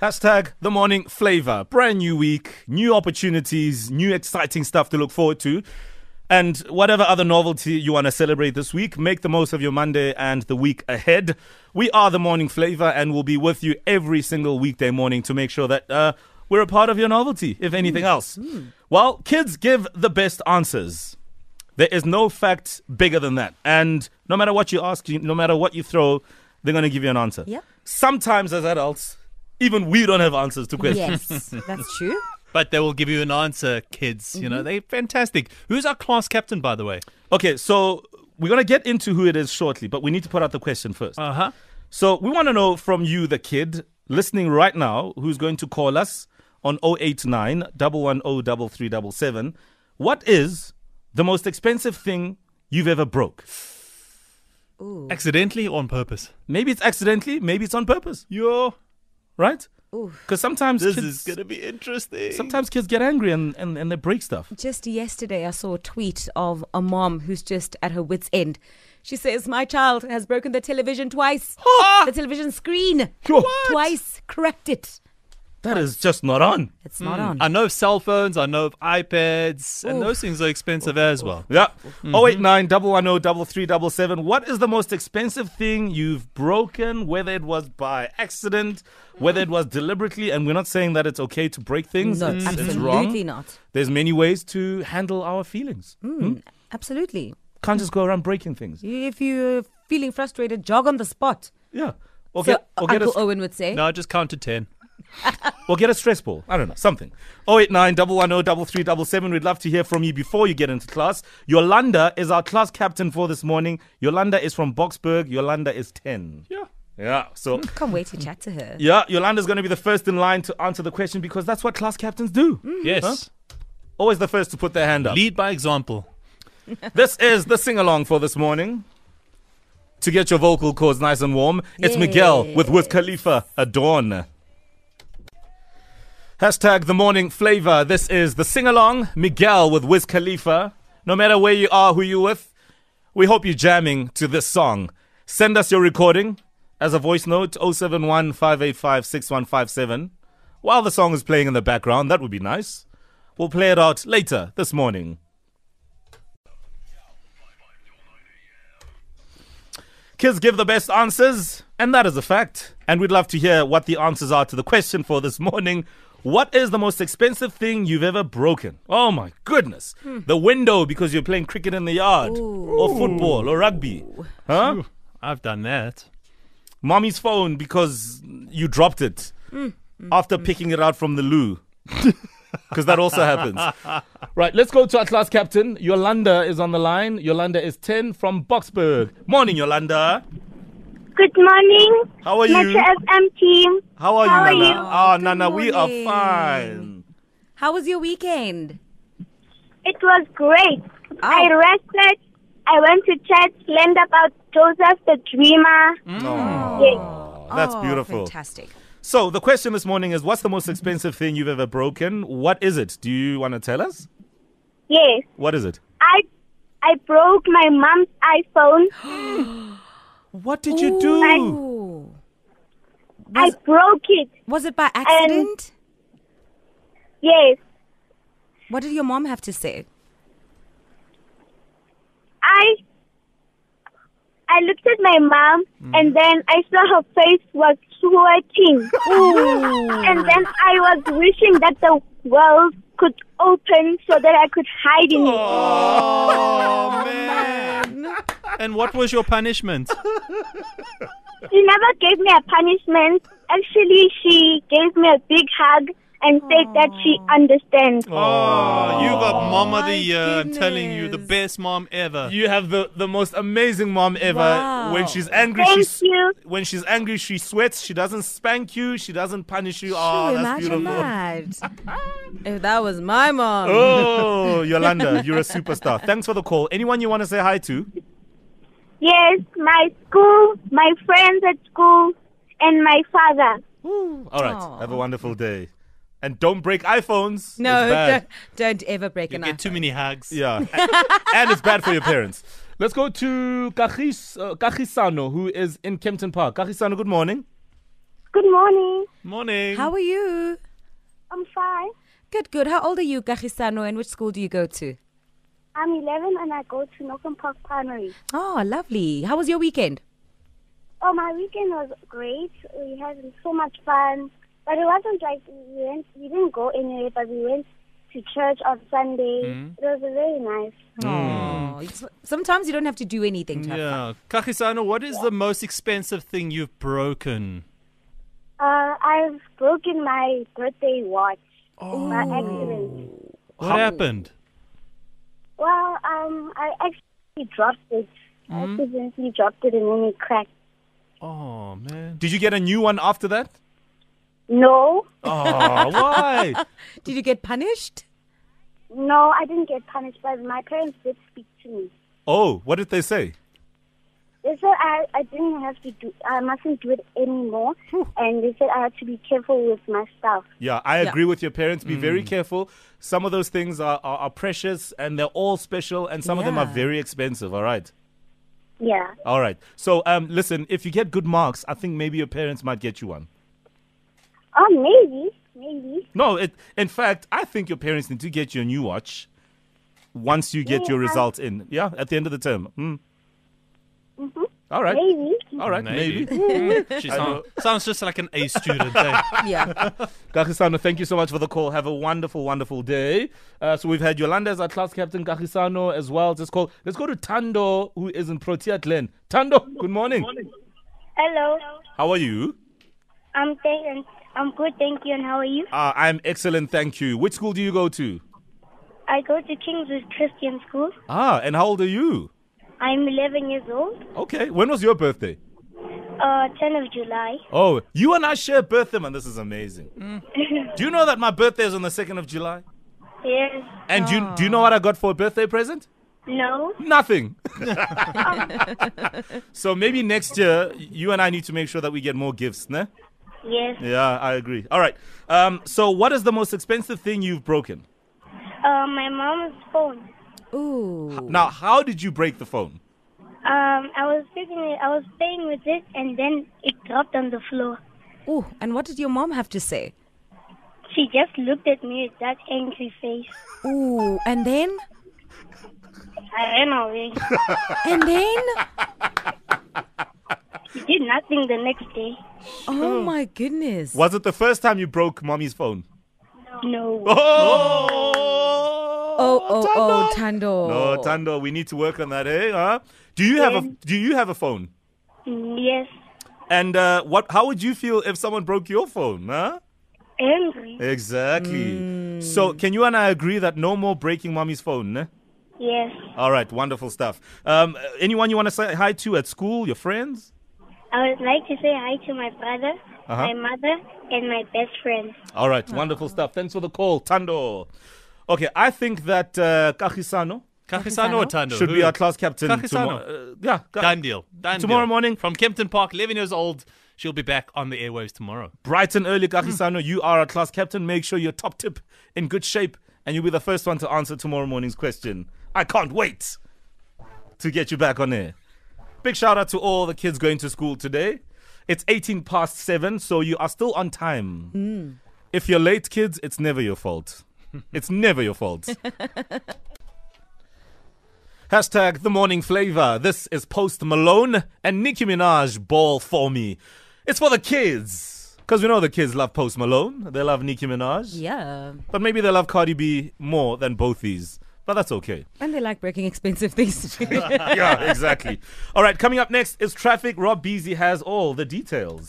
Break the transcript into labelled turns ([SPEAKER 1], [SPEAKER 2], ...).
[SPEAKER 1] Hashtag the morning flavor. Brand new week, new opportunities, new exciting stuff to look forward to. And whatever other novelty you want to celebrate this week, make the most of your Monday and the week ahead. We are the morning flavor and we'll be with you every single weekday morning to make sure that uh, we're a part of your novelty, if anything else. Well, kids give the best answers. There is no fact bigger than that. And no matter what you ask, you- no matter what you throw, they're going to give you an answer.
[SPEAKER 2] Yep.
[SPEAKER 1] Sometimes as adults, even we don't have answers to questions.
[SPEAKER 2] Yes, that's true.
[SPEAKER 3] But they will give you an answer, kids. You know, they're fantastic. Who's our class captain, by the way?
[SPEAKER 1] Okay, so we're going to get into who it is shortly, but we need to put out the question first.
[SPEAKER 3] Uh huh.
[SPEAKER 1] So we want to know from you, the kid, listening right now, who's going to call us on 089 oh, 110 What is the most expensive thing you've ever broke?
[SPEAKER 3] Accidentally or on purpose?
[SPEAKER 1] Maybe it's accidentally, maybe it's on purpose,
[SPEAKER 3] Yo,
[SPEAKER 1] right? Because sometimes
[SPEAKER 3] this
[SPEAKER 1] kids,
[SPEAKER 3] is going to be interesting.
[SPEAKER 1] sometimes kids get angry and, and, and they break stuff.
[SPEAKER 2] Just yesterday, I saw a tweet of a mom who's just at her wits' end. She says, My child has broken the television twice. the television screen.
[SPEAKER 1] Yo.
[SPEAKER 2] Twice. Cracked it.
[SPEAKER 1] That is just not on.
[SPEAKER 2] It's not on.
[SPEAKER 3] I know of cell phones, I know of iPads, and those things are expensive as well.
[SPEAKER 1] Yeah.
[SPEAKER 2] Mm-hmm.
[SPEAKER 1] 089 110 What is the most expensive thing you've broken, whether it was by accident, whether it was deliberately? And we're not saying that it's okay to break things.
[SPEAKER 2] no,
[SPEAKER 1] it's, it's
[SPEAKER 2] absolutely
[SPEAKER 1] wrong.
[SPEAKER 2] not.
[SPEAKER 1] There's many ways to handle our feelings.
[SPEAKER 2] Mm. Absolutely.
[SPEAKER 1] Can't just go around breaking things.
[SPEAKER 2] If you're feeling frustrated, jog on the spot.
[SPEAKER 1] Yeah. Or
[SPEAKER 2] So
[SPEAKER 1] get, or get,
[SPEAKER 2] Uncle
[SPEAKER 1] a,
[SPEAKER 2] Owen would say.
[SPEAKER 3] No, I just count to 10.
[SPEAKER 1] or get a stress ball. I don't know, something. 089 110 We'd love to hear from you before you get into class. Yolanda is our class captain for this morning. Yolanda is from Boxburg. Yolanda is 10.
[SPEAKER 3] Yeah.
[SPEAKER 1] Yeah. So
[SPEAKER 2] Can't wait to chat to her.
[SPEAKER 1] Yeah, Yolanda's going to be the first in line to answer the question because that's what class captains do.
[SPEAKER 3] Mm. Yes.
[SPEAKER 1] Always the first to put their hand up.
[SPEAKER 3] Lead by example.
[SPEAKER 1] this is the sing along for this morning. To get your vocal cords nice and warm, it's Miguel with Wiz Khalifa Adorn. Hashtag the morning flavor. This is the sing along. Miguel with Wiz Khalifa. No matter where you are, who you with, we hope you're jamming to this song. Send us your recording as a voice note 071 585 6157. While the song is playing in the background, that would be nice. We'll play it out later this morning. Kids give the best answers, and that is a fact. And we'd love to hear what the answers are to the question for this morning. What is the most expensive thing you've ever broken? Oh my goodness. The window because you're playing cricket in the yard, or football, or rugby. Huh?
[SPEAKER 3] I've done that.
[SPEAKER 1] Mommy's phone because you dropped it after picking it out from the loo. Because that also happens. right, let's go to our class captain. Yolanda is on the line. Yolanda is 10 from Boxburg. Morning, Yolanda.
[SPEAKER 4] Good morning.
[SPEAKER 1] How are you?
[SPEAKER 4] Metro FM team.
[SPEAKER 1] How are
[SPEAKER 4] How are
[SPEAKER 1] you, Nana?
[SPEAKER 4] you?
[SPEAKER 1] Ah,
[SPEAKER 2] Good
[SPEAKER 1] Nana, we are
[SPEAKER 2] morning.
[SPEAKER 1] fine.
[SPEAKER 2] How was your weekend?
[SPEAKER 4] It was great.
[SPEAKER 2] Ow.
[SPEAKER 4] I rested. I went to church, learned about Joseph the dreamer.
[SPEAKER 1] Mm.
[SPEAKER 4] Yes.
[SPEAKER 1] Oh, that's
[SPEAKER 2] Mm. Oh,
[SPEAKER 1] beautiful.
[SPEAKER 2] Fantastic.
[SPEAKER 1] So, the question this morning is what's the most expensive thing you've ever broken? What is it? Do you want to tell us?
[SPEAKER 4] Yes.
[SPEAKER 1] What is it?
[SPEAKER 4] I I broke my mom's iPhone.
[SPEAKER 1] What did you do?
[SPEAKER 2] Ooh.
[SPEAKER 4] I broke it.
[SPEAKER 2] Was it by accident?
[SPEAKER 4] Yes.
[SPEAKER 2] what did your mom have to say?
[SPEAKER 4] I I looked at my mom
[SPEAKER 1] Mm.
[SPEAKER 4] and then I saw her face was sweating. and then I was wishing that the world could open so that I could hide in it.
[SPEAKER 3] Oh, man. and what was your punishment? Uh,
[SPEAKER 4] She never gave me a punishment. Actually, she gave me a big hug and said that she understands.
[SPEAKER 3] Oh, you got mom of
[SPEAKER 2] my
[SPEAKER 3] the year. I'm telling you, the
[SPEAKER 2] goodness.
[SPEAKER 3] best mom ever.
[SPEAKER 1] You have the, the most amazing mom ever.
[SPEAKER 2] Wow.
[SPEAKER 1] When she's angry,
[SPEAKER 4] Thank
[SPEAKER 1] she's
[SPEAKER 4] you.
[SPEAKER 1] when she's angry, she sweats. She doesn't spank you. She doesn't punish you. Oh,
[SPEAKER 2] Sure,
[SPEAKER 1] that's
[SPEAKER 2] imagine
[SPEAKER 1] beautiful.
[SPEAKER 2] that. if that was my mom.
[SPEAKER 1] Oh, Yolanda, you're a superstar. Thanks for the call. Anyone you want to say hi to?
[SPEAKER 4] Yes, my school, my friends at school, and my father.
[SPEAKER 1] All right.
[SPEAKER 2] Aw.
[SPEAKER 1] Have a wonderful day. And don't break iPhones.
[SPEAKER 2] no,
[SPEAKER 1] It's bad.
[SPEAKER 2] don't, don't ever break an
[SPEAKER 3] Get
[SPEAKER 2] iPhone.
[SPEAKER 3] too many hugs.
[SPEAKER 1] Yeah. and, it's bad for your parents. Let's go to Kajis, uh, Kajisano, who is in Kempton Park. Kajisano, good morning.
[SPEAKER 4] Good morning.
[SPEAKER 3] Morning.
[SPEAKER 2] How are you?
[SPEAKER 4] I'm fine.
[SPEAKER 2] Good, good. How old are you, Gagisano, and which school do you go to?
[SPEAKER 4] I'm 11 and I go to Northern Park Primary.
[SPEAKER 2] Oh, lovely. How was your weekend?
[SPEAKER 4] Oh, my weekend was great. We had so much fun. But it wasn't like we went, we didn't go anywhere, but we went to church on Sunday. It was very nice.
[SPEAKER 2] Oh, it's- sometimes you don't have to do anything to have fun.
[SPEAKER 3] yeah. Kakisano, what is the most expensive thing you've broken?
[SPEAKER 4] Uh, I've broken my birthday watch by
[SPEAKER 1] Oh.
[SPEAKER 4] accident.
[SPEAKER 3] What happened?
[SPEAKER 4] Well, um, I actually dropped it. I
[SPEAKER 1] Hmm?
[SPEAKER 4] accidentally dropped it and then it cracked.
[SPEAKER 3] Oh, man.
[SPEAKER 1] Did you get a new one after that?
[SPEAKER 4] No,
[SPEAKER 1] Oh, why?
[SPEAKER 2] Did you get punished?
[SPEAKER 4] no, I didn't get punished, but my parents did speak to me.
[SPEAKER 1] Oh, what did they say?
[SPEAKER 4] They said I, I didn't have to do, I mustn't do it anymore. And they said I had to be careful with my stuff.
[SPEAKER 1] Yeah, I
[SPEAKER 2] Yeah. Mm.
[SPEAKER 1] agree with your parents. Be very careful. Some of those things are, are, are precious and they're all special, and some of them are
[SPEAKER 2] Yeah.
[SPEAKER 1] very expensive. All right.
[SPEAKER 4] Yeah.
[SPEAKER 1] All right. So, um, listen, if you get good marks, I think maybe your parents might get you one.
[SPEAKER 4] Oh, maybe, maybe.
[SPEAKER 1] No, it, in fact, I think your parents need to get you a new watch once you get your
[SPEAKER 4] Yeah.
[SPEAKER 1] results in. Yeah, at the end of the term. Mm. All right.
[SPEAKER 4] Mm-hmm. Maybe.
[SPEAKER 1] All right. Maybe.
[SPEAKER 3] she sound, sounds just like an A student. eh?
[SPEAKER 2] Yeah.
[SPEAKER 1] Kakisano, thank you so much for the call. Have a wonderful, wonderful day. Uh, so we've had Yolanda as our class captain, Kakisano as well. Just call. Let's go to Tando, who is in Protea Glen. Tando, good morning.
[SPEAKER 4] Hello.
[SPEAKER 1] How are you?
[SPEAKER 4] I'm thank, I'm good, thank you. And how are you?
[SPEAKER 1] Uh, I'm excellent, thank you. Which school do you go to?
[SPEAKER 4] I go to Kingswood Christian School.
[SPEAKER 1] Ah, and how old are you?
[SPEAKER 4] I'm 11 years old.
[SPEAKER 1] Okay. When was your birthday?
[SPEAKER 4] Uh, 10 of July.
[SPEAKER 1] Oh, you and I share birthday, man. This is amazing. do you know that my birthday is on the second of July?
[SPEAKER 4] Yes.
[SPEAKER 1] And do you, do you know what I got for a birthday present?
[SPEAKER 4] No.
[SPEAKER 1] Nothing. so maybe next year you and I need to make sure that we get more gifts, ne?
[SPEAKER 4] Yes.
[SPEAKER 1] Yeah, I agree. All right. Um, so what is the most expensive thing you've broken?
[SPEAKER 4] Uh, my mom's phone.
[SPEAKER 2] Ooh.
[SPEAKER 1] Now, how did you break the phone?
[SPEAKER 4] Um, I was taking it. I was playing with it, and then it dropped on the floor.
[SPEAKER 2] Ooh. And what did your mom have to say?
[SPEAKER 4] She just looked at me with that angry face.
[SPEAKER 2] Ooh. And then?
[SPEAKER 4] I ran away.
[SPEAKER 2] And then? Oh
[SPEAKER 4] she did nothing the next day.
[SPEAKER 2] Oh my goodness.
[SPEAKER 1] Was it the first time you broke mommy's phone?
[SPEAKER 4] No.
[SPEAKER 1] Oh,
[SPEAKER 2] Oh, oh, oh, Tando.
[SPEAKER 1] No, Tando, we need to work on that, eh? Huh? Do you have a Do you have a phone?
[SPEAKER 4] Mm, Yes.
[SPEAKER 1] And uh, what? How would you feel if someone broke your phone? Huh?
[SPEAKER 4] Angry.
[SPEAKER 1] Eh. Exactly. So, can you and I agree that no more breaking mommy's phone? Ne?
[SPEAKER 4] Yes.
[SPEAKER 1] All right, wonderful stuff. Um, uh, anyone you want to say hi to at school? Your friends?
[SPEAKER 4] I would like to say hi to my brother,
[SPEAKER 1] Uh-huh.
[SPEAKER 4] my mother, and my best friend.
[SPEAKER 1] All right, wonderful stuff. Thanks for the call, Tando. Okay, I think that uh, Kahisano
[SPEAKER 3] Kakisano or Tando?
[SPEAKER 1] should be
[SPEAKER 3] Who?
[SPEAKER 1] our class captain
[SPEAKER 3] Kagisano.
[SPEAKER 1] tomorrow. Uh, yeah, Ka-
[SPEAKER 3] Done deal. Done
[SPEAKER 1] Tomorrow
[SPEAKER 3] deal.
[SPEAKER 1] morning-
[SPEAKER 3] From Kempton Park, 11 years old. She'll be back on the airwaves tomorrow.
[SPEAKER 1] bright and early, Kahisano. You are our class captain. Make sure you're top tip in good shape, and you'll be the first one to answer tomorrow morning's question. I can't wait to get you back on air. Big shout out to all the kids going to school today. It's 18 past 7, so you are still on time. If you're late, kids, it's never your fault. It's never your fault. Hashtag the morning flavor. This is Post Malone and Nicki Minaj ball for me. It's for the kids. Because we know the kids love Post Malone. They love Nicki Minaj.
[SPEAKER 2] Yeah.
[SPEAKER 1] But maybe they love Cardi B more than both these. But that's okay.
[SPEAKER 2] And they like breaking expensive things.
[SPEAKER 1] yeah, exactly. All right, coming up next is traffic. Rob Beasy has all the details.